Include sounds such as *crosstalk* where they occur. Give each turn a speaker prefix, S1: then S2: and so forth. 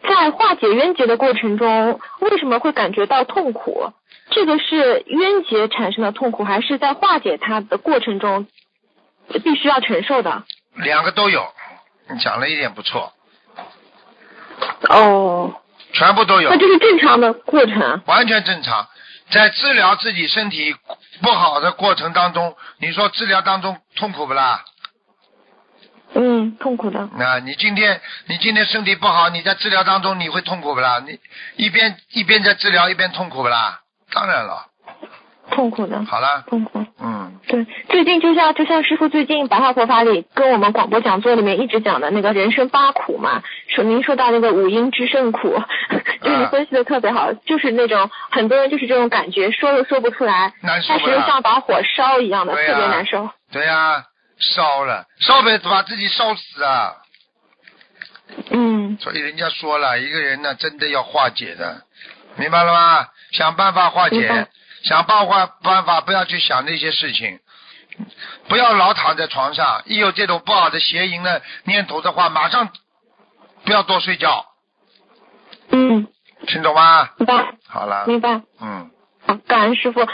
S1: 在化解冤结的过程中，为什么会感觉到痛苦？这个是冤结产生的痛苦，还是在化解它的过程中必须要承受的？
S2: 两个都有，你讲了一点不错，
S1: 哦，
S2: 全部都有
S1: 那，这是正常的过程。啊
S2: 完全正常。在治疗自己身体不好的过程当中，你说治疗当中痛苦不啦？
S1: 嗯，痛苦的。
S2: 那你今天你今天身体不好，你在治疗当中你会痛苦不啦？你一边一边在治疗一边痛苦不啦？当然了，
S1: 痛苦的，
S2: 好了，
S1: 痛苦。
S2: 嗯，
S1: 对，最近就像就像师傅最近白话佛法里跟我们广播讲座里面一直讲的那个人生八苦嘛，说您说到那个五阴之圣苦， *laughs* 就是你分析的特别好，就是那种很多人就是这种感觉，说又说不出来，
S2: 难受
S1: 但
S2: 不
S1: 是又
S2: 啦？
S1: 像把火烧一样的，
S2: 对
S1: 特
S2: 呀
S1: 别难受。
S2: 对呀、烧了，烧呗，把自己烧死啊！
S1: 嗯
S2: 所以人家说了，一个人呢，真的要化解的，明白了吗？想办法化
S1: 嗯明
S2: 解
S1: 白，
S2: 想办法办法，不要去想那些事情，不要老躺在床上。一有这种不好的邪淫的念头的话，马上不要多睡觉，
S1: 嗯，
S2: 听懂吗？
S1: 明白
S2: 好了，
S1: 明白。
S2: 嗯。
S1: 好，感恩师傅。